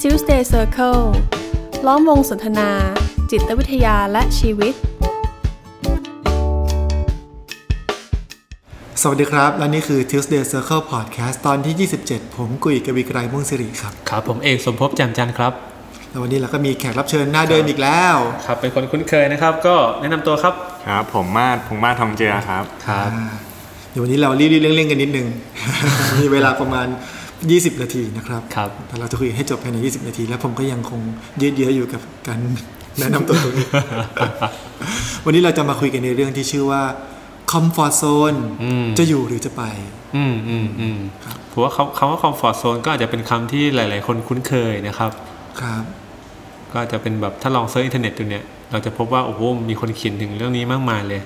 Tuesday Circle ล้อมวงสนทนา จิตวิทยาและชีวิต สวัสดีครับ และนี่คือ Tuesday Circle Podcast ตอนที่ 27 ผมกุยกวีไกรม่วงสิริครับ ครับผมเอกสมภพแจมจันทร์ครับ แล้ววันนี้เราก็มีแขกรับเชิญหน้าเดิมอีกแล้ว ครับเป็นคนคุ้นเคยนะครับ ก็แนะนำตัวครับ ครับผมมาดพงมาศทองเจือครับ ครับ เดี๋ยววันนี้เรารีบๆเร่งๆกันนิดนึง มีเวลาประมาณ 20 นาทีนะครับ ครับ แต่เราจะคุยให้จบภายใน 20 นาที แล้วผมก็ยังคงยืดเยื้ออยู่กับการ แนะนำตัวตรงนี้ วันนี้เราจะมาคุยกันในเรื่องที่ชื่อว่า Comfort Zone อืม จะอยู่หรือจะไป อืมอืมอืมผมว่าคำคำว่า comfort zone ก็อาจจะเป็นคำที่หลาย ๆ คนคุ้นเคยนะครับ ครับ ก็อาจจะเป็นแบบถ้าลองเซิร์ชอินเทอร์เน็ตดูเนี่ย เราจะพบว่าโอ้โหมีคนเขียนถึงเรื่องนี้มากมายเลย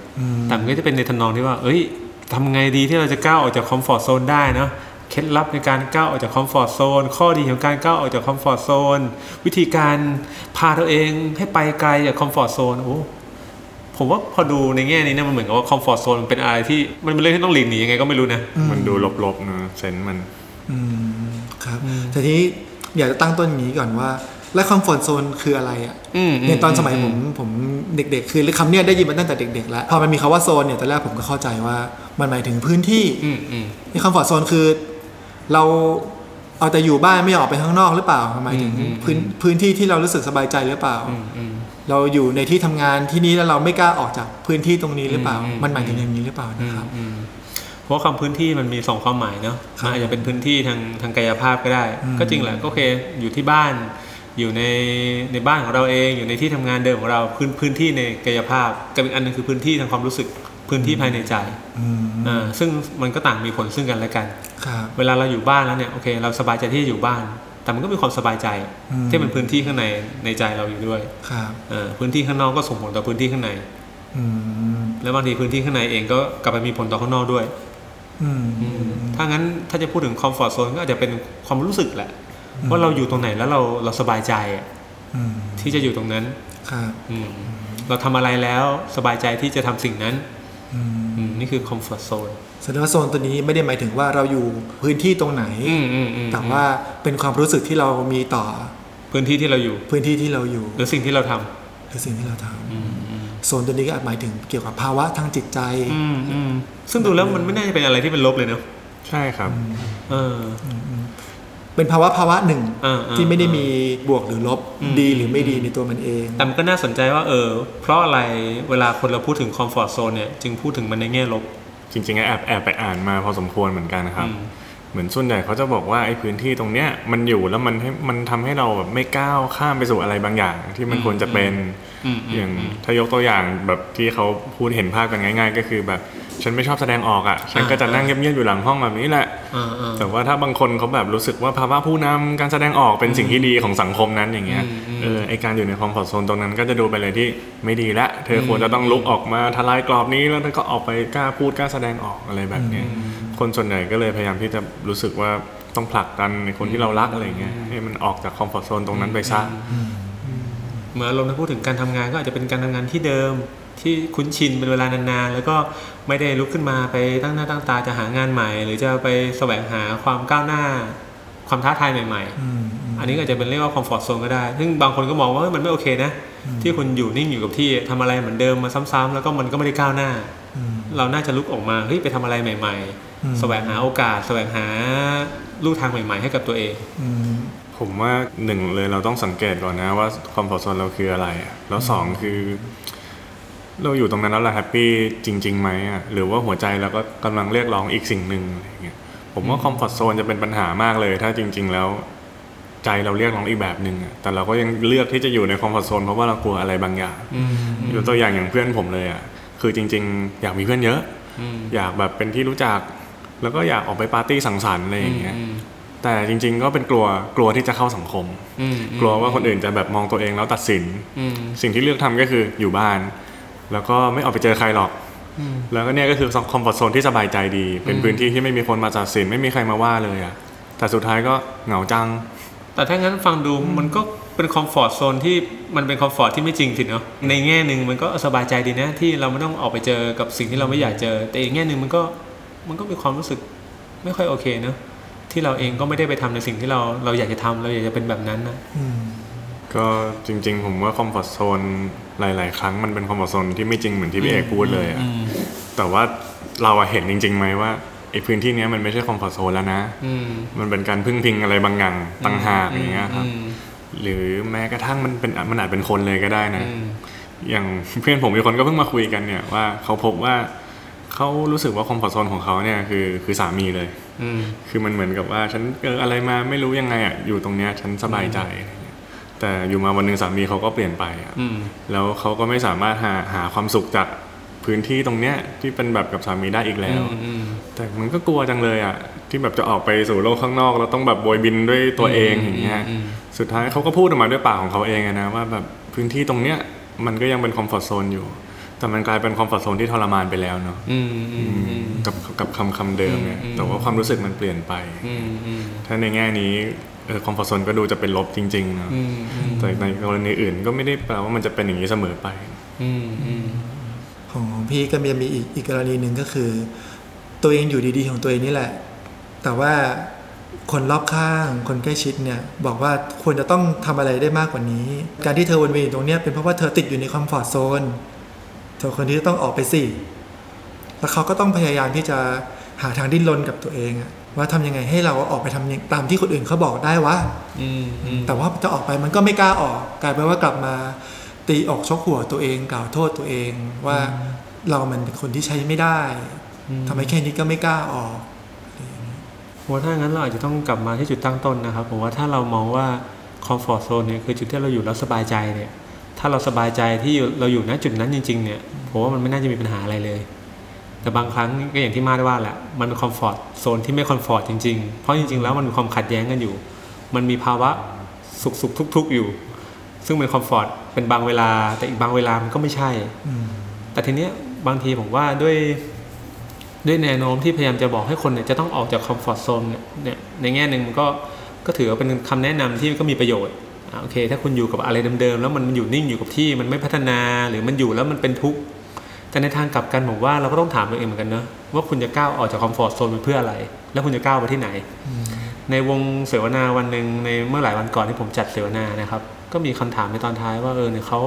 แต่มันก็จะเป็นในทำนองที่ว่า เอ้ยทำไงดีที่เราจะก้าวออกจาก comfort zone ได้เนอะเคล็ดลับในการก้าวออกจาก comfort zone ข้อดีของการก้าวออกจาก comfort zone วิธีการพาตัวเองให้ไปไกลจาก comfort zone โอ้ ผมว่าพอดูในแง่นี้เนี่ยมันเหมือนกับว่าคอมฟอร์ z โซนมันเป็นอะไรที่มันเป็นเรื่องที่ต้องหลีกหนียังไงก็ไม่รู้นะ มันดูลบๆเนอะเซนส์มัน อืมครับแต่ทีนี้อยากจะตั้งต้นอย่างนี้ก่อนว่า และคอมฟอร์ z โซนคืออะไรอ่ะ อืมอืม ในตอนสมัยผมผมเด็ก ๆ คือคำเนี้ยได้ยินมาตั้งแต่เด็ก ๆ แล้ว พอมันมีคาว่าโซนเนี่ยตอนแรกผมก็เข้าใจว่ามันหมายถึงพื้นที่ ืมอืม ในคอมฟอร์ z โซนคือ เราเอาแต่อยู่บ้านไม่ออกไปข้างนอกหรือเปล่าหมายถึง อืมอืม พื้นพื้นที่ที่เรารู้สึกสบายใจหรือเปล่า อืมอืม เราอยู่ในที่ทำงานที่นี้แล้วเราไม่กล้าออกจากพื้นที่ตรงนี้หรือเปล่า อืมอืม มันหมายถึงอย่างนี้หรือเปล่านะครับ อืมเพราะว่าคำพื้นที่มันมีสองความหมายเนาะมันอาจจะเป็นพื้นที่ทางทางกายภาพก็ได้ ก็จริงแหละก็โอเคอยู่ที่บ้าน อยู่ในในบ้านของเราเอง อยู่ในที่ทำงานเดิมของเราพื้นพื้นที่ในกายภาพกับอีกอันหนึงคือพื้นที่ทางความรู้สึกพื้นที่ภายในใจ อืม อ่าซึ่งมันก็ต่างมีผลซึ่งกันและกัน ครับ เวลาเราอยู่บ้านแล้วเนี่ยโอเค เราสบายใจที่จะอยู่บ้าน แต่มันก็มีความสบายใจ อืม ที่เป็นพื้นที่ข้างในในใจเราอยู่ด้วย ครับ เออพื้นที่ข้างนอกก็ส่งผลต่อพื้นที่ข้างใน อืม แล้วบางทีพื้นที่ข้างในเองก็กลับไปมีผลต่อข้างนอกด้วย อืม ถ้างั้นถ้าจะพูดถึงคอมฟอร์ z โซนก็อาจจะเป็นความรู้สึกแหละว่าเราอยู่ตรงไหนแล้วเราเราสบายใจอะ อืม ที่จะอยู่ตรงนั้น ครับ อืมเราทำอะไรแล้วสบายใจที่จะทำสิ่งนั้น อืม อืมนี่คือคอมฟอร์ z โซน แสดงว่าโซนตัวนี้ไม่ได้หมายถึงว่าเราอยู่พื้นที่ตรงไหน อืมอืมอืม แต่ว่าเป็นความรู้สึกที่เรามีต่อ พื้นที่ที่เราอยู่ พื้นที่ที่เราอยู่ หรือสิ่งที่เราทำ หรือสิ่งที่เราท อืมอืม ำโซนตัวนี้ก็อาจหมายถึงเกี่ยวกับภาวะทางจิตใจ อืมอืมซึ่งดูแล้วมันไม่น่าจะเป็นอะไรที่เป็นลบเลยเนอะ ใช่ครับ เออ เป็นภาวะภาวะหนึ่ง อ่าๆ ที่ไม่ได้มีบวกหรือลบ อืม ดีหรือไม่ดีในตัวมันเอง แต่มันก็น่าสนใจว่าเออ เพราะอะไรเวลาคนเราพูดถึงคอมฟอร์ z โซนเนี่ย จึงพูดถึงมันในแง่ลบ จริงๆก็แอบแอบไปอ่านมาพอสมควรเหมือนกันนะครับ อืม เหมือนส่วนใหญ่เขาจะบอกว่าไอ้พื้นที่ตรงเนี้ยมันอยู่แล้วมันให้มันทำให้เราแบบไม่ก้าวข้ามไปสู่อะไรบางอย่าง ที่มันควรจะเป็น อืมอื อย่าม งถ้ายกตัวอย่างแบบที่เขาพูดเห็นภาพกันง่าย ๆ ก็คือแบบฉันไม่ชอบแสดงออกอ่ะฉันก็จะนั่งเงียบๆอยู่หลังห้องแบบนี้แหละ อ่าอ่า แต่ว่าถ้าบางคนเขาแบบรู้สึกว่าภาวะผู้นำการแสดงออกเป็นสิ่งที่ดีของสังคมนั้นอย่างเงี้ย อืมอืม เออไอการอยู่ในคอมฟอร์ทโซนตรงนั้นก็จะดูไปเลยที่ไม่ดีละ เธอควรจะต้องลุกออกมาทลายกรอบนี้แล้วเธอก็ออกไปกล้าพูดกล้าแสดงออกอะไรแบบเนี้ยคนส่วนใหญ่ก็เลยพยายามที่จะรู้สึกว่าต้องผลักดันในคนที่เรารักอะไรเงี้ยให้มันออกจากคอมฟอร์ทโซนตรงนั้นไปซะ เหมื่อนอารมณ์ถ้าพูดถึงการทำงานก็อาจจะเป็นการทำงานที่เดิมที่คุ้นชินเป็นเวลานานๆ แล้วก็ไม่ได้ลุกขึ้นมาไปตั้งหน้าตั้งตาจะหางานใหม่ หรือจะไปแสวงหาความก้าวหน้า ความท้าทายใหม่ อืม ๆ อันนี้ก็อาจจะเป็นเรียกว่าคอมฟอร์ z โซนก็ได้ ซึ่งบางคนก็มองว่าเฮ้ยมันไม่โอเคนะ ที่คุณอยู่นิ่งอยู่กับที่ทำอะไรเหมือนเดิมมาซ้ำๆแล้วก็มันก็ไม่ได้ก้าวหน้า อืม เราน่าจะลุกออกมาเฮ้ยไปทำอะไรใหม่ อืม ๆ แสวงหาโอกาส แสวงหาลู่ทางใหม่ ๆ ให้กับตัวเอง อืม ผมว่าหนึ่งเลยเราต้องสังเกตก่อนนะว่าคอมฟอร์ทโซนเราคืออะไรอะแล้วสองคือ เราอยู่ตรงนั้นแล้วเราแฮปปี้จริงๆไหมอ่ะหรือว่าหัวใจเราก็กำลังเรียกร้องอีกสิ่งหนึ่งอะไรอย่างเงี้ยผมว่าคอมฟอร์ทโซนจะเป็นปัญหามากเลย ถ้าจริง ๆ แล้ว ใจเราเรียกร้องอีกแบบหนึ่งอะแต่เราก็ยังเลือกที่จะอยู่ในคอมฟอร์ทโซนเพราะว่าเรากลัวอะไรบางอย่างยกตัวอย่างอย่างเพื่อนผมเลยอ่ะคือจริง ๆ อยากมีเพื่อนเยอะ อืม อยากแบบเป็นที่รู้จัก แล้วก็อยากออกไปปาร์ตี้สังสรรค์อะไรอย่างเงี้ยแต่จริง ๆ ก็เป็นกลัวกลัวที่จะเข้าสังคม อืม กลัวว่าคนอื่นจะแบบมองตัวเองแล้วตัดสิน อืม สิ่งที่เลือกทำก็คืออยู่บ้าน แล้วก็ไม่ออกไปเจอใครหรอก อืม แล้วก็เนี่ยก็คือคอมฟอร์ทโซนที่สบายใจดี เป็นพื้นที่ที่ไม่มีคนมาตัดสิน ไม่มีใครมาว่าเลยอะแต่สุดท้ายก็เหงาจัง แต่ถ้างั้นฟังดูมันก็เป็นคอมฟอร์ z โซนที่มันเป็นคอมฟอร์ t ที่ไม่จริงสิเนาะในแง่หนึ่งมันก็สบายใจดีนะ ที่เราไม่ต้องออกไปเจอกับสิ่งที่เราไม่อยากเจอ แต่อีกแง่หนึ่งมันก็มันก็มีความรู้สึกไม่ค่อยโอเคเนาะ ที่เราเองก็ไม่ได้ไปทำในสิ่งที่เราเราอยากจะทำเราอยากจะเป็นแบบนั้นนะ อืม ก็จริง ๆ ผมว่าคอมฟอร์ทโซนหลาย ๆ ครั้งมันเป็นคอมฟอร์ทโซนที่ไม่จริงเหมือนที่พี่เอกพูดเลยอะแต่ว่าเราอะเห็นจริง ๆ ไหมว่าไอ้พื้นที่เนี้ยมันไม่ใช่คอมฟอร์ทโซนแล้วนะ อืม มันเป็นการพึ่งพิงอะไรบางอย่างต่างหาก อืม อย่างเงี้ยครับ อืม หรือแม้กระทั่งมันเป็นมันอาจเป็นคนเลยก็ได้นะ อืม อย่าง เพื่อนผมมีคนก็เพิ่งมาคุยกันเนี่ยว่าเขาพบว่าเขารู้สึกว่าคอมฟอร์ทโซนของเขาเนี่ยคือคือสามีเลย อืม คือมันเหมือนกับว่าฉันเจออะไรมาไม่รู้ยังไงอ่ะอยู่ตรงเนี้ยฉันสบายใจอะไรเงี้ยแต่อยู่มาวันหนึ่งสามีเขาก็เปลี่ยนไปอ่ะ อืม แล้วเขาก็ไม่สามารถหาหาความสุขจากพื้นที่ตรงเนี้ยที่เป็นแบบกับสามีได้อีกแล้ว อืม แต่มันก็กลัวจังเลยอ่ะที่แบบจะออกไปสู่โลกข้างนอกแล้วต้องแบบโบยบินด้วยตัวเอง อืม อย่างเงี้ย อืม สุดท้ายเขาก็พูดออกมาด้วยปากของเขาเองอะนะว่าแบบพื้นที่ตรงเนี้ยมันก็ยังเป็นคอมฟอร์ทโซนอยู่ แต่มันกลายเป็นคอมฟอร์ทโซนที่ทรมานไปแล้วเนาะ อืมอืมอืม กับกับคำคำเดิมเนี่ย อืม แต่ว่าความรู้สึกมันเปลี่ยนไป อืมอืม ถ้าในแง่นี้คอมฟอร์ z o นก็ดูจะเป็นลบจริงๆนะ อืมอืม แต่ในกรณีอื่นก็ไม่ได้แปลว่ามันจะเป็นอย่างนี้เสมอไป อืมอืม ของของพี่ก็มีมีอีกอีกกรณีหนึ่งก็คือ ตัวเองอยู่ดีๆของตัวเองนี่แหละ แต่ว่าคนรอบข้างคนใกล้ชิดเนี่ยบอกว่าควรจะต้องทำอะไรได้มากกว่านี้ การที่เธอวนเวียนอยู่ตรงเนี้ยเป็นเพราะว่าเธอติดอยู่ในคอมฟอร์ทโซนเธอคนที่จะต้องออกไปสิแล้วเขาก็ต้องพยายามที่จะหาทางดิ้นรนกับตัวเองอะว่าทำยังไงให้เราออกไปทำอย่างตามที่คนอื่นเขาบอกได้วะ อืมอืม แต่ว่าจะออกไปมันก็ไม่กล้าออกกลายเป็นว่ากลับมาตีออกชกหัวตัวเองกล่าวโทษตัวเองว่าเรามันเป็นคนที่ใช้ไม่ได้ทำไมแค่นี้ก็ไม่กล้าออก ผมว่าถ้างั้นเราอาจจะต้องกลับมาที่จุดตั้งต้นนะครับผมว่าถ้าเรามองว่าคอมฟอร์ z โซนเนี่ยคือจุดที่เราอยู่แล้วสบายใจเนี่ย ถ้าเราสบายใจที่อยู่เราอยู่ณจุดนั้นจริง ๆ เนี่ยผมว่ามันไม่น่าจะมีปัญหาอะไรเลย แต่บางครั้งก็อย่างที่มาดว่าแหละมันเป็นคอมฟอร์ตโซนที่ไม่คอมฟอร์ตจริงๆ เพราะจริงๆ แล้วมันมีความขัดแย้งกันอยู่ มันมีภาวะสุขๆทุกๆอยู่ ซึ่งเป็นคอมฟอร์ตเป็นบางเวลา แต่อีกบางเวลามันก็ไม่ใช่ แต่ทีเนี้ยบางทีผมว่าด้วยด้วยแนวโน้มที่พยายามจะบอกให้คนเนี่ยจะต้องออกจากคอมฟอร์ทโซนเนี่ยในแง่หนึ่งมันก็ก็ถือว่าเป็นคำแนะนำที่ก็มีประโยชน์อ่ะโอเค ถ้าคุณอยู่กับอะไรเดิมๆแล้วมันอยู่นิ่งอยู่กับที่มันไม่พัฒนาหรือมันอยู่แล้วมันเป็นทุกข์ แต่ในทางกลับกันผมว่าเราก็ต้องถามตัวเองเหมือนกันเนอะว่าคุณจะก้าวออกจากคอมฟอร์ทโซนไปเพื่ออะไร แล้วคุณจะก้าวไปที่ไหน ในวงเสวนาวันหนึ่งในเมื่อหลายวันก่อนที่ผมจัดเสวนานะครับก็มีคำถามในตอนท้ายว่าเออเนี่ยเขา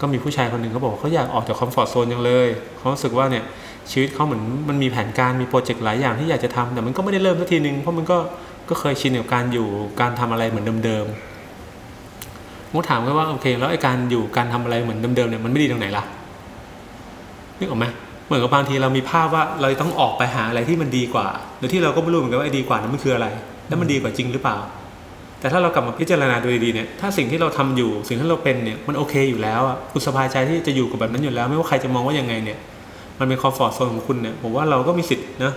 ก็มีผู้ชายคนหนึ่งเขาบอกว่าเขาอยากออกจากคอมฟอร์ทโซนจังเลยเขารู้สึกว่าเนี่ยชีวิตเขาเหมือนมันมีแผนการมีโปรเจกต์หลายอย่างที่อยากจะทำแต่มันก็ไม่ได้เริ่มสักทีหนึ่งเพราะมันก็ก็เคยชินกับการอยู่การทำอะไรเหมือนเดิมๆผมก็ถามเขาว่าโอเค แล้วไอ้การอยู่การทำอะไรเหมือนเดิมๆเนี่ยมันไม่ดีตรงไหนล่ะ นึกออกไหมเหมือนกับบางทีเรามีภาพว่าเราจะต้องออกไปหาอะไรที่มันดีกว่าโดยที่เราก็ไม่รู้เหมือนกันว่าไอ้ดีกว่านั้นมันคืออะไร แล้วมันดีกว่าจริงหรือเปล่า แต่ถ้าเรากลับมาพิจารณาดูดีๆเนี่ยถ้าสิ่งที่เราทำอยู่สิ่งที่เราเป็นเนี่ยมันโอเคอยู่แล้วอ่ะคุณสบายใจที่จะอยู่กับแบบนั้นอยู่แล้ว ไม่ว่าใครจะมองว่ายังไงเนี่ย มันเป็นคอมฟอร์ทโซนของคุณเนี่ยผมว่าเราก็มีสิทธิ์นะ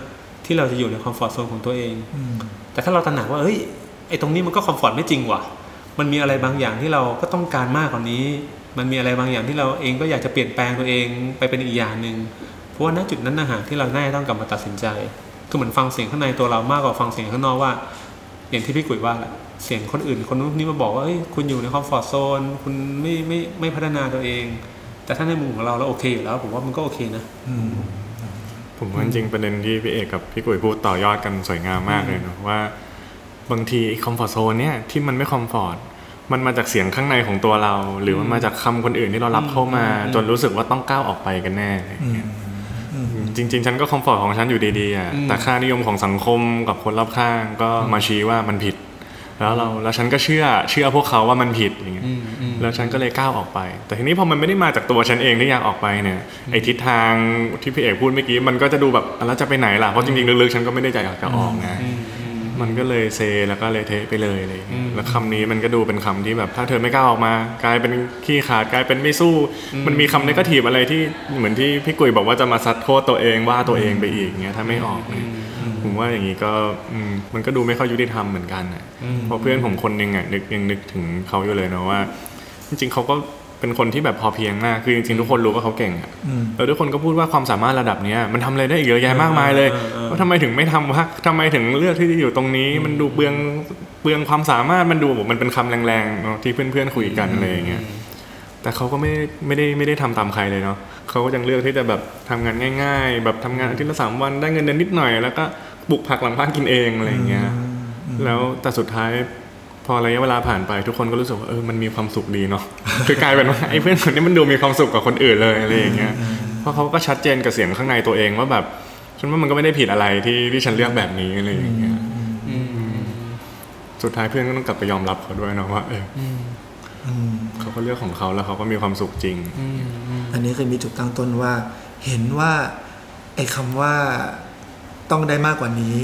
ที่เราจะอยู่ในคอมฟอร์ทโซนของตัวเอง แต่ถ้าเราตระหนักว่าเฮ้ยไอ้ตรงนี้มันก็คอมฟอร์ตไม่จริงว่ะ มันมีอะไรบางอย่างที่เราก็ต้องการมากกว่านี้ มันมีอะไรบางอย่างที่เราเองก็อยากจะเปลี่ยนแปลงตัวเองไปเป็นอีกอย่างหนึ่งเพราะว่าณจุดนั้นนะฮะที่เราน่าจะต้องกลับมาตัดสินใจคือเหมือนฟังเสียงข้างในตัวเรามากกว่าฟังเสียงข้างนอกว่า อย่างที่พี่กุ้ยว่าแหละเสียงคนอื่นคนนู้นคนนี้มาบอกว่าเอ้ยคุณอยู่ในคอมฟอร์ทโซนคุณไม่ไม่ไม่พัฒนาตัวเอง แต่ถ้าในมุมของเราเราโอเคอยู่แล้วผมว่ามันก็โอเคนะ ผมว่าจริงๆประเด็นที่พี่เอกกับพี่กุ้ยพูดต่อยอดกันสวยงามมากเลยเนอะว่าบางทีคอมฟอร์ทโซนเนี่ยที่มันไม่คอมฟอร์ตมันมาจากเสียงข้างในของตัวเรา หรือมันมาจากคำคนอื่นที่เรารับเข้ามา จนรู้สึกว่าต้องก้าวออกไปกันแน่อะไรอย่างเงี้ยจริง ๆ ฉันก็คอมฟอร์ตของฉันอยู่ดีๆอ่ะแต่ค่านิยมของสังคมกับคนรอบข้างก็มาชี้ว่ามันผิด แล้วเราแล้วฉันก็เชื่อเชื่อพวกเขาว่ามันผิดอย่างเงี้ย แล้วฉันก็เลยก้าวออกไป แต่ทีนี้พอมันไม่ได้มาจากตัวฉันเองที่อยากออกไปเนี่ยไอทิศทางที่พี่เอกพูดเมื่อกี้มันก็จะดูแบบอ่ะแล้วจะไปไหนล่ะ เพราะจริงๆลึกๆฉันก็ไม่ได้อยากจะออกนะมันก็เลยเซแล้วก็เลยเทะไปเลยอะไรอย่างเลยแล้วคำนี้มันก็ดูเป็นคำที่แบบถ้าเธอไม่กล้าออกมา กลายเป็นขี้ขลาดกลายเป็นไม่สู้ มันมีคำนกาทีฟอะไรที่เหมือนที่พี่กุยบอกว่าจะมาซัดโทษตัวเองว่าตัวเองไปอีกเงี้ยถ้าไม่ออกเนี่ย ผมว่าอย่างนี้ก็อืมมันก็ดูไม่ค่อยยุติธรรมเหมือนกันนะเพราะเพื่อนผมคนหนึงอ่ะนึกยังนึกถึงเขาอยู่เลยเนาะว่า จริงๆเขาก็เป็นคนที่แบบพอเพียงมากคือจริงๆทุกคนรู้ว่าเขาเก่งอ่ะแล้วทุกคนก็พูดว่าความสามารถระดับเนี้ยมันทำอะไรได้อีกเยอะแยะมากมายเลย เออเออ ว่าทำไมถึงไม่ทำวะทำไมถึงเลือกที่จะอยู่ตรงนี้ มันดูเบืองเบืองความสามารถมันดูแบบมันเป็นคำแรงๆเนาะที่เพื่อนๆคุยกันอะไรอย่างเงี้ย แต่เขาก็ไม่ไม่ได้ไม่ได้ทำตามใครเลยเนาะเขาก็ยังเลือกที่จะแบบทำงานง่าย ๆ แบบทำงานอาทิตย์ละสามวันได้เงินเดือนนิดหน่อยแล้วก็ปลูกผักหลังบ้านกินเองอะไรอย่างเงี้ย แล้วแต่สุดท้ายพอระยะเวลาผ่านไปทุกคนก็รู้สึกว่าเออมันมีความสุขดีเนาะ คือกลายเป็นว่าไอ้เพื่อนคนนี้มันดูมีความสุขกว่าคนอื่นเลยอะไรอย่างเงี้ยเพราะเขาก็ชัดเจนกับเสียงข้างในตัวเองว่าแบบฉันว่ามันก็ไม่ได้ผิดอะไรที่ที่ฉันเลือกแบบนี้อะไรอย่างเงี้ยสุดท้ายเพื่อนก็ต้องกลับไปยอมรับเขาด้วยเนาะว่าเอออเขาก็เลือกของเขาแล้วเขาก็มีความสุขจริง อันนี้คือมีจุดตั้งต้นว่า เห็นว่าไอ้คำว่าต้องได้มากกว่านี้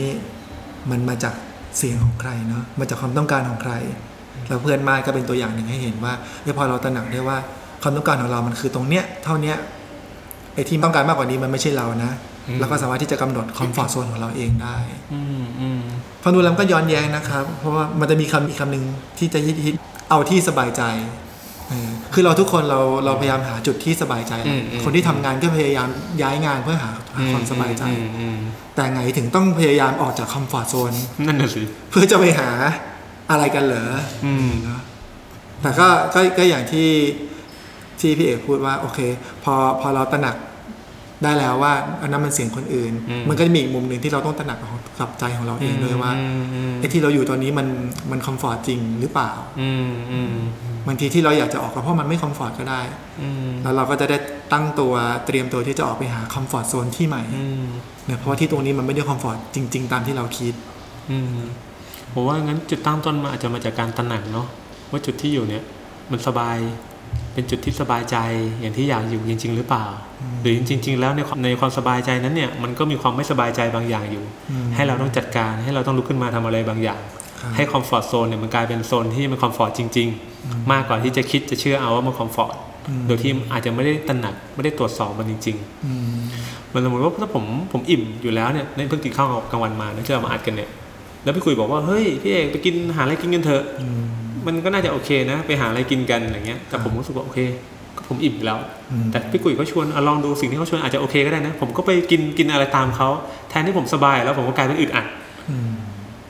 มันมาจากเสียงของใครเนาะมาจากความต้องการของใครแล้วเพื่อนมากก็เป็นตัวอย่างหนึ่งให้เห็นว่าเฮ้ยพอเราตระหนักได้ว่าความต้องการของเรามันคือตรงเนี้ย เท่าเนี้ยไอ้ที่ต้องการมากกว่านี้มันไม่ใช่เรานะเราก็สามารถที่จะกำหนดคอมฟอร์ z โซนของเราเองได้ อืมอืม ฟังดูแล้วมันก็ย้อนแย้งนะครับ เพราะว่ามันจะมีคำอีกคำหนึ่งที่จะฮิตฮิตๆเอาที่สบายใจเออคือเราทุกคนเราเราพยายามหาจุดที่สบายใจแหละคนที่ทำงานก็พยายามย้ายงานเพื่อหาหาความสบายใจ อืมอืม แต่ไงถึงต้องพยายามออกจากคอมฟอร์ z โซน นั่นน่ะสิ เพื่อจะไปหาอะไรกันเหรอ อืม แต่ก็ก็ก็อย่างที่ที่พี่เอกพูดว่าโอเค พอพอเราตระหนักได้แล้วว่าอันนั้นมันเสียงคนอื่น มันก็จะมีอีกมุมหนึ่งที่เราต้องตระหนักของกับใจของเราเองด้วยว่า อืมอืม ไอ้ที่เราอยู่ตอนนี้มันมันคอมฟอร์ตจริงหรือเปล่า อืมอืม บางทีที่เราอยากจะออกก็เพราะมันไม่คอมฟอร์ตก็ได้ อืม แล้วเราก็จะได้ตั้งตัวเตรียมตัวที่จะออกไปหาคอมฟอร์ตโซนที่ใหม่ อืม เนี่ยเพราะว่าที่ตรงนี้มันไม่ได้คอมฟอร์ตจริง ๆ ตามที่เราคิด อืมผมว่างั้นจุดตั้งต้นมาอาจจะมาจากการตระหนักเนาะว่าจุดที่อยู่เนี่ยมันสบาย เป็นจุดที่สบายใจอย่างที่อยากอยู่จริง ๆ หรือเปล่า หรือจริง ๆ แล้วในความในความสบายใจนั้นเนี่ยมันก็มีความไม่สบายใจบางอย่างอยู่ อืม ให้เราต้องจัดการให้เราต้องลุกขึ้นมาทำอะไรบางอย่าง ครับ ให้คอมฟอร์ตโซนเนี่ยมันกลายเป็นโซนที่มันคอมฟอร์ตจริง ๆ มากกว่าที่จะคิดจะเชื่อเอาว่ามันคอมฟอร์ตโดยที่อาจจะไม่ได้ตระหนักไม่ได้ตรวจสอบมันจริง ๆ อืม มันสมมติว่าถ้าผมผมอิ่มอยู่แล้วเนี่ยเนี่ยเพิ่งกินข้าวกลางวันมาเนี่ยที่เรามาอัดกันเนี่ย แล้วพี่คุยบอกว่าเฮ้ยพี่เอกไปกินหาอะไรกินกันเถอะมันก็น่าจะโอเคนะ ไปหาอะไรกินกันอย่างเงี้ย แต่ผมรู้สึกว่าโอเค ก็ผมอิ่มแล้ว อืม แต่พี่กุยก็ชวนอะลองดูสิ่งที่เขาชวนอาจจะโอเคก็ได้นะ ผมก็ไปกินกินอะไรตามเขาแทนที่ผมสบายแล้วผมก็กลายเป็นอึดอัด อืม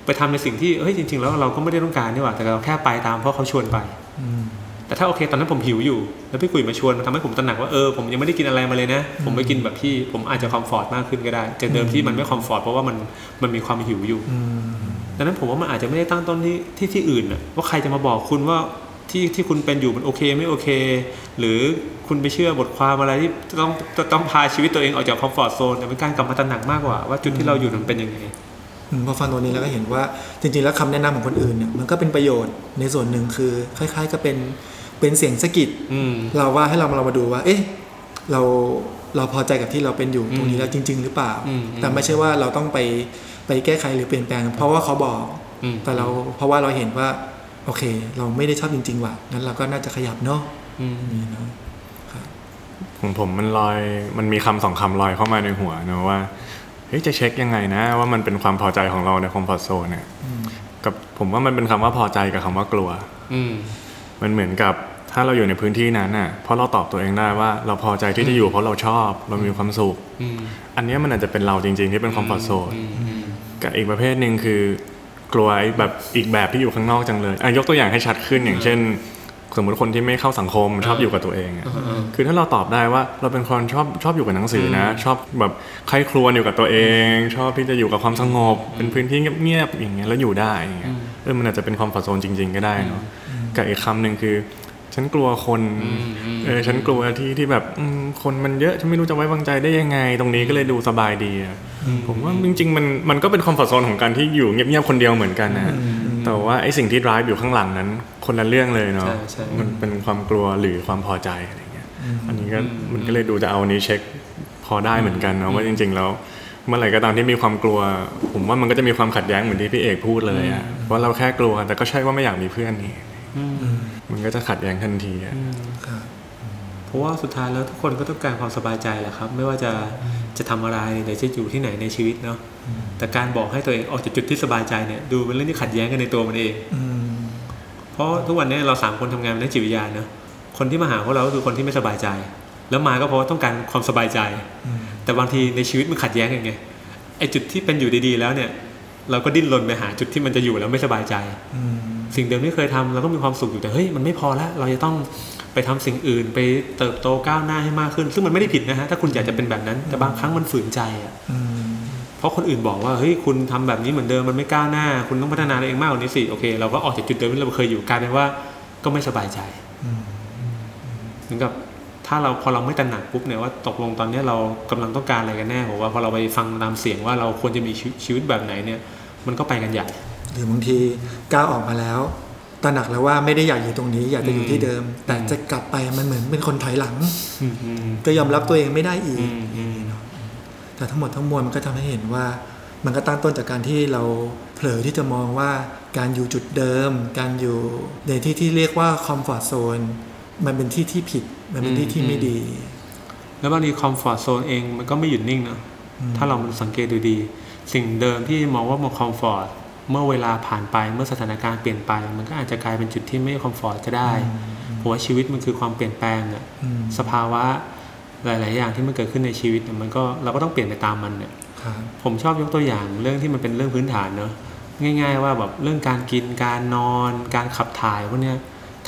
ไปทำในสิ่งที่เฮ้ยจริง ๆ แล้วเราก็ไม่ได้ต้องการนี่หว่าแต่เราแค่ไปตามเพราะเขาชวนไป อืม แต่ถ้าโอเคตอนนั้นผมหิวอยู่ แล้วพี่กุยมาชวนทำให้ผมตระหนักว่าเออผมยังไม่ได้กินอะไรมาเลยนะ ผมไปกินแบบที่ผมอาจจะคอมฟอร์ตมากขึ้นก็ได้จากเดิมที่มันไม่คอมฟอร์ตเพราะว่ามันมันมีความหิวอยู่ อืม ดังนั้นผมว่ามันอาจจะไม่ได้ตั้งต้นที่ที่ที่อื่นน่ะว่าใครจะมาบอกคุณว่าที่ที่คุณเป็นอยู่มันโอเคไม่โอเค หรือคุณไปเชื่อบทความอะไรที่ต้องจะต้องพาชีวิตตัวเองออกจากคอมฟอร์ตโซนแต่เป็นการกลับมาตระหนักมากกว่าว่าจุดที่เราอยู่นั้นเป็นยังไง อืมพอฟังตรงนี้แล้วก็เห็นว่าจริง ๆ แล้วคำแนะนำของคนอื่นเนี่ยมันก็เป็นประโยชน์ในส่วนหนึ่งคือ คล้าย ๆ ก็เป็นเป็นเสียงสะกิด อืม เราว่าให้เรามาเรามาดูว่า เอ๊ะ เราเราพอใจกับที่เราเป็นอยู่ตรง อื นี้ ม แล้วจริง ๆ หรือเปล่า อืม แต่ไม่ใช่ว่าเราต้องไปไปแก้ไขหรือเปลี่ยนแปลง เพราะว่าเขาบอก อืม แต่เราเพราะว่าเราเห็นว่า โอเค เราไม่ได้ชอบจริง ๆ ว่ะงั้นเราก็น่าจะขยับเนาะ อืม นี่เนาะ ของผมมันลอยมันมีคำสองคำลอยเข้ามาในหัวนะว่าเฮ้ยจะเช็คยังไงนะ ว่ามันเป็นความพอใจของเราในคอมฟอร์ทโซนเนี่ยกับผมว่ามันเป็นคำว่าพอใจกับคำว่ากลัว อืม มันเหมือนกับถ้าเราอยู่ในพื้นที่นั้นน่ะเพราะเราตอบตัวเองได้ว่าเราพอใจที่จะอยู่เพราะเราชอบเรามีความสุข อืม อันเนี้ยมันอาจจะเป็นเราจริง ๆ ที่เป็นคอมฟอร์ทโซน อืมอืม กับอีกประเภทหนึ่งคือกลัวไอ้แบบอีกแบบที่อยู่ข้างนอกจังเลยอ่ะยกตัวอย่างให้ชัดขึ้นอย่างเช่น สมมติคนที่ไม่เข้าสังคมชอบอยู่กับตัวเองอะ เออเออ คือถ้าเราตอบได้ว่าเราเป็นคนชอบชอบอยู่กับหนังสือนะ ชอบแบบใครครวญอยู่กับตัวเอง ชอบที่จะอยู่กับความสงบ เป็นพื้นที่เงียบๆอย่างเงี้ยแล้วอยู่ได้อย่างเงี้ยเออมันอาจจะเป็นความฝัดโซนจริง ๆ ก็ได้เนาะกับอีกคำหนึ่งคือ ฉันกลัวคนเออฉันกลัวที่ที่แบบอืมคนมันเยอะฉันไม่รู้จะไว้วางใจได้ยังไง ตรงนี้ก็เลยดูสบายดีอะผมว่าจริงๆมันมันก็เป็นความฝัดโซนของการที่อยู่เงียบๆคนเดียวเหมือนกันนะแต่ว่าไอ้สิ่งที่ร้ายอยู่ข้างหลังนั้น คนละเรื่องเลยเนาะ ใช่ใช่ มันเป็นความกลัวหรือความพอใจอะไรเงี้ย อันนี้ก็มันก็เลยดูจะเอาอันนี้เช็คพอได้เหมือนกันเนาะว่าจริง ๆ แล้ว เมื่อไหร่ก็ตามที่มีความกลัว ผมว่ามันก็จะมีความขัดแย้งเหมือนที่พี่เอกพูดเลยอะว่าเราแค่กลัวแต่ก็ใช่ว่าไม่อยากมีเพื่อนนี่มันก็จะขัดแย้งทันทีอะ ครับ เพราะว่าสุดท้ายแล้วทุกคนก็ต้องการความสบายใจแหละครับ ไม่ว่าจะจะทำอะไรหรือจะอยู่ที่ไหนในชีวิตเนาะแต่การบอกให้ตัวเองออกจากจุดที่สบายใจเนี่ยดูเป็นเรื่องที่ขัดแย้งกันในตัวมันเอง อืม เพราะทุกวันนี้เราสามคนทำงานเป็นนักจิตวิทยาเนาะคนที่มาหาพวกเราก็คือคนที่ไม่สบายใจ แล้วมาก็เพราะว่าต้องการความสบายใจ แต่บางทีในชีวิตมันขัดแย้งกันไงไอจุดที่เป็นอยู่ดีๆ แล้วเนี่ย เราก็ดิ้นรนไปหาจุดที่มันจะอยู่แล้วไม่สบายใจ อืม สิ่งเดิมที่เคยทำเราก็มีความสุขอยู่แต่เฮ้ยมันไม่พอแล้วเราจะต้องไปทำสิ่งอื่น ไปเติบโตก้าวหน้าให้มากขึ้น ซึ่งมันไม่ได้ผิดนะฮะถ้าคุณอยากจะเป็นแบบนั้นแต่บางครั้งมันฝืนใจอะ อืม ผ เพราะคนอื่นบอกว่าเฮ้ยคุณทำแบบนี้เหมือนเดิมมันไม่ก้าวหน้า คุณต้องพัฒนาตัวเองมากกว่านี้สิโอเคเราก็ออกจากจุดเดิมที่เราเคยอยู่กลายเป็นว่าก็ไม่สบายใจเหมือนกับถ้าเราพอเราไม่ตระหนักปุ๊บเนี่ยว่าตกลงตอนเนี้ยเรากำลังต้องการอะไรกันแน่ผมว่าพอเราไปฟังตามเสียงว่าเราควรจะมีชีวิตชีวิตแบบไหนเนี่ย มันก็ไปกันใหญ่ หรือบางทีก้าวออกมาแล้วตระหนักแล้วว่าไม่ได้อยากอยู่ตรงนี้ อยากจะอยู่ที่เดิม แต่จะกลับไปมันเหมือนเป็นคนถอยหลัง อืมอืม ก็ยอมรับตัวเองไม่ได้อีก อืมอืม แต่ทั้งหมดทั้งมวลมันก็ทำให้เห็นว่า มันก็ตั้งต้นจากการที่เราเผลอที่จะมองว่าการอยู่จุดเดิม การอยู่ในที่ที่เรียกว่าคอมฟอร์ทโซนมันเป็นที่ที่ผิด มันเป็นที่ที่ไม่ดี แล้วบางทีคอมฟอร์ z โซนเองมันก็ไม่หยุดนิ่งเนาะถ้าเราสังเกตดูดี สิ่งเดิมที่มองว่ามันคอมฟอร์ t เมื่อเวลาผ่านไปเมื่อสถานการณ์เปลี่ยนไป มันก็อาจจะกลายเป็นจุดที่ไม่คอมฟอร์ t ก็ได้ผมว่าชีวิตมันคือความเปลี่ยนแปลงอะ อืม สภาวะหลาย ๆ อย่างที่มันเกิดขึ้นในชีวิตเนี่ยมันก็เราก็ต้องเปลี่ยนไปตามมันเนี่ย ครับ ผมชอบยกตัวอย่างเรื่องที่มันเป็นเรื่องพื้นฐานเนอะง่าย ๆ ว่าแบบเรื่องการกินการนอน การขับถ่ายพวกเนี้ย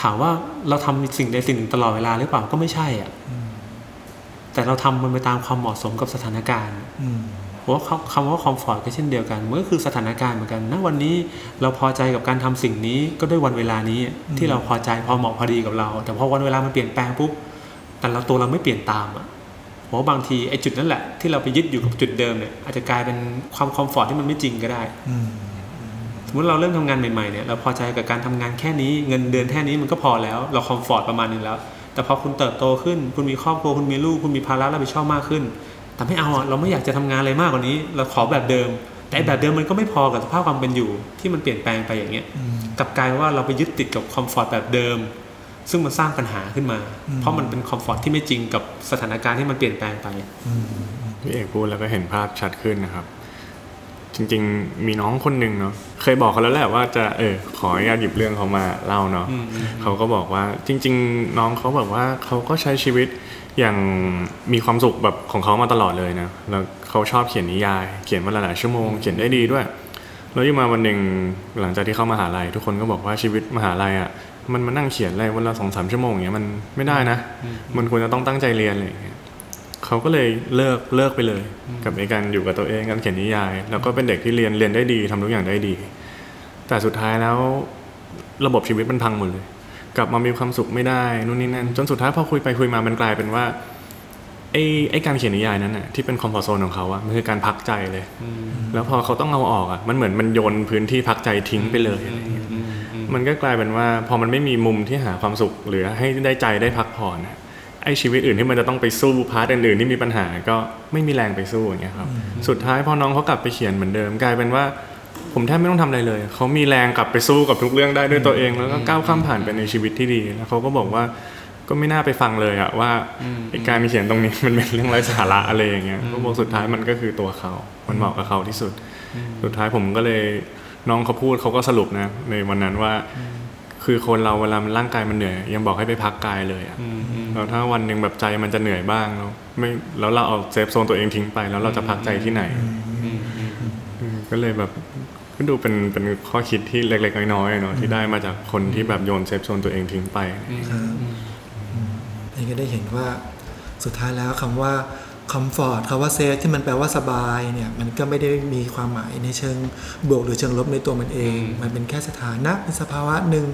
ถามว่าเราทำสิ่งใดสิ่งหนึ่งตลอดเวลาหรือเปล่าก็ไม่ใช่อะ่ะแต่เราทำมันไปตามความเหมาะสมกับสถานการณ์ อืม เพราะว่าคำว่าคอมฟอร์ตก็เช่นเดียวกันมันก็คือสถานการณ์เหมือนกันณวันนี้เราพอใจกับการทำสิ่งนี้ก็ด้วยวันเวลานี้ที่เราพอใจพอเหมาะพอดีกับเรา แต่พอวันเวลามันเปลี่ยนแปลงปุ๊บแต่เราตัวเราไม่เปลี่ยนตามอ่ะ เพราะว่าบางทีไอ้จุดนั่นแหละที่เราไปยึดอยู่กับจุดเดิมเนี่ยอาจจะกลายเป็นความคอมฟอร์ทที่มันไม่จริงก็ได้ อืม สมมติเราเริ่มทำงานใหม่ๆเนี่ยเราพอใจกับการทำงานแค่นี้เงินเดือนแค่นี้มันก็พอแล้ว เราคอมฟอร์ตประมาณนึงแล้ว แต่พอคุณเติบโตขึ้น คุณมีครอบครัวคุณมีลูกคุณมีภาระรับผิดชอบมากขึ้น แต่ไม่เอาอะเราไม่อยากจะทำงานอะไรมากกว่านี้ เราขอแบบเดิม แต่ไอ้แบบเดิมมันก็ไม่พอกับสภาพความเป็นอยู่ที่มันเปลี่ยนแปลงไปอย่างเงี้ย อืม กลับกลายว่าเราไปยึดติดกับคอมฟอร์ตแบบเดิม ซึ่งมันสร้างปัญหาขึ้นมา เพราะมันเป็นคอมฟอร์ตที่ไม่จริงกับสถานการณ์ที่มันเปลี่ยนแปลงไป พี่เอกพูดแล้วก็เห็นภาพชัดขึ้นนะครับ จริงๆ มีน้องคนหนึ่งเนาะเคยบอกเขาแล้วแหละว่าจะเออขออนุญาตหยิบเรื่องเขามาเล่าเนาะเขาก็บอกว่าจริง ๆ น้องเขาแบบว่าเขาก็ใช้ชีวิตอย่างมีความสุขแบบของเขามาตลอดเลยนะแล้วเขาชอบเขียนนิยาย เขียนวันละหลายชั่วโมงเขียนได้ดีด้วย แล้วอยู่มาวันหนึ่งหลังจากที่เข้ามหาลัย ทุกคนก็บอกว่าชีวิตมหาลัยอ่ะมันมานั่งเขียนอะไรวันละสองสามชั่วโมงอย่างเงี้ยมันไม่ได้นะ มันควรจะต้องตั้งใจเรียนอะไรอย่างเงี้ย เขาก็เลยเลิกเลิกไปเลย กับไอ้การอยู่กับตัวเองการเขียนนิยาย แล้วก็เป็นเด็กที่เรียนเรียนได้ดีทำทุกอย่างได้ดี แต่สุดท้ายแล้วระบบชีวิตมันพังหมดเลย กลับมามีความสุขไม่ได้นู่นนี่นั่นจนสุดท้ายพอคุยไปคุยมามันกลายเป็นว่าไอ้ไอ้การเขียนนิยายนั้นน่ะที่เป็นคอมฟอร์ z โซนของเขาอะมันคือการพักใจเลย แล้วพอเขาต้องเอาออกอะมันเหมือนมันโยนพื้นที่พักใจทิ้งไปเลยอะไรอย่างเงี้ยมันก็กลายเป็นว่าพอมันไม่มีมุมที่หาความสุขหรือให้ได้ใจได้พักผ่อนอะไอ้ชีวิตอื่นที่มันจะต้องไปสู้พาร์ทอื่นๆที่มีปัญหาก็ไม่มีแรงไปสู้อย่างเงี้ยครับ สุดท้ายพอน้องเขากลับไปเขียนเหมือนเดิม กลายเป็นว่า ผมแทบไม่ต้องทำอะไรเลย เขามีแรงกลับไปสู้กับทุกเรื่องได้ด้วยตัวเอง แล้วก็ก้าวข้ามผ่านไปในชีวิตที่ดี แล้วเขาก็บอกว่าก็ไม่น่าไปฟังเลยอะว่าไอ้การเขียนตรงนี้ มันเป็นเรื่องไร้สาระอะไรอย่างเงี้ยเขาบอกสุดท้ายมันก็คือตัวเขา มันเหมาะกับเขาที่สุด สุดท้ายผมก็เลยน้องเขาพูดเขาก็สรุปนะ ในวันนั้นว่า คือคนเราเวลามันร่างกายมันเหนื่อย ยังบอกให้ไปพักกายเลยอะแล้วถ้าวันหนึ่งแบบใจมันจะเหนื่อยบ้างแล้วไม่แล้วเราเอาเซฟโซนตัวเองทิ้งไป แล้วเราจะพักใจที่ไหน อืมก็เลยแบบก็ดูเป็นเป็นข้อคิดที่เล็ก ๆ น้อยๆเนาะที่ได้มาจากคนที่แบบโยนเซฟโซนตัวเองทิ้งไป นี่ก็ได้เห็นว่าสุดท้ายแล้วคำว่าคอมฟอร์ตคำว่าเซฟที่มันแปลว่าสบายเนี่ยมันก็ไม่ได้มีความหมายในเชิงบวกหรือเชิงลบในตัวมันเอง มันเป็นแค่สถานะเป็นสภาวะหนึ่ง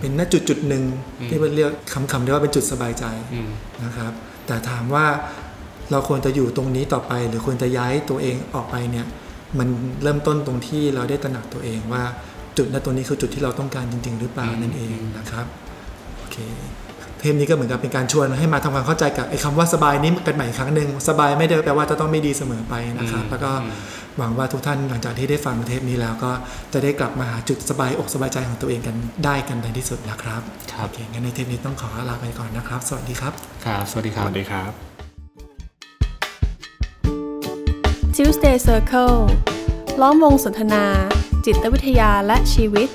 เป็นณจุดจุดๆหนึ่งที่มันเรียกคำคำเรียกว่าเป็นจุดสบายใจนะครับ แต่ถามว่าเราควรจะอยู่ตรงนี้ต่อไป หรือควรจะย้ายตัวเองออกไปเนี่ยมันเริ่มต้นตรงที่เราได้ตระหนักตัวเองว่าจุดณตรงนี้คือจุดที่เราต้องการจริง ๆ หรือเปล่านั่นเองนะครับ โอเคเทปนี้ก็เหมือนกับเป็นการชวนให้มาทำความเข้าใจกับไอ้คำว่าสบายนี้กันใหม่อีกครั้งหนึ่งสบายไม่ได้แปลว่าจะต้องไม่ดีเสมอไปนะครับ แล้วก็หวังว่าทุกท่านหลังจากที่ได้ฟังเทปนี้แล้วก็จะได้กลับมาหาจุดสบายอกสบายใจของตัวเองกันได้กันในที่สุดนะครับ ครับ โอเคงั้นในเทปนี้ต้องขอลาไปก่อนนะครับ สวัสดีครับ ครับสวัสดีค ส รับ วัสดีครับ Tuesday Circle ล้อมวงสนทนา จิตวิทยาและชีวิต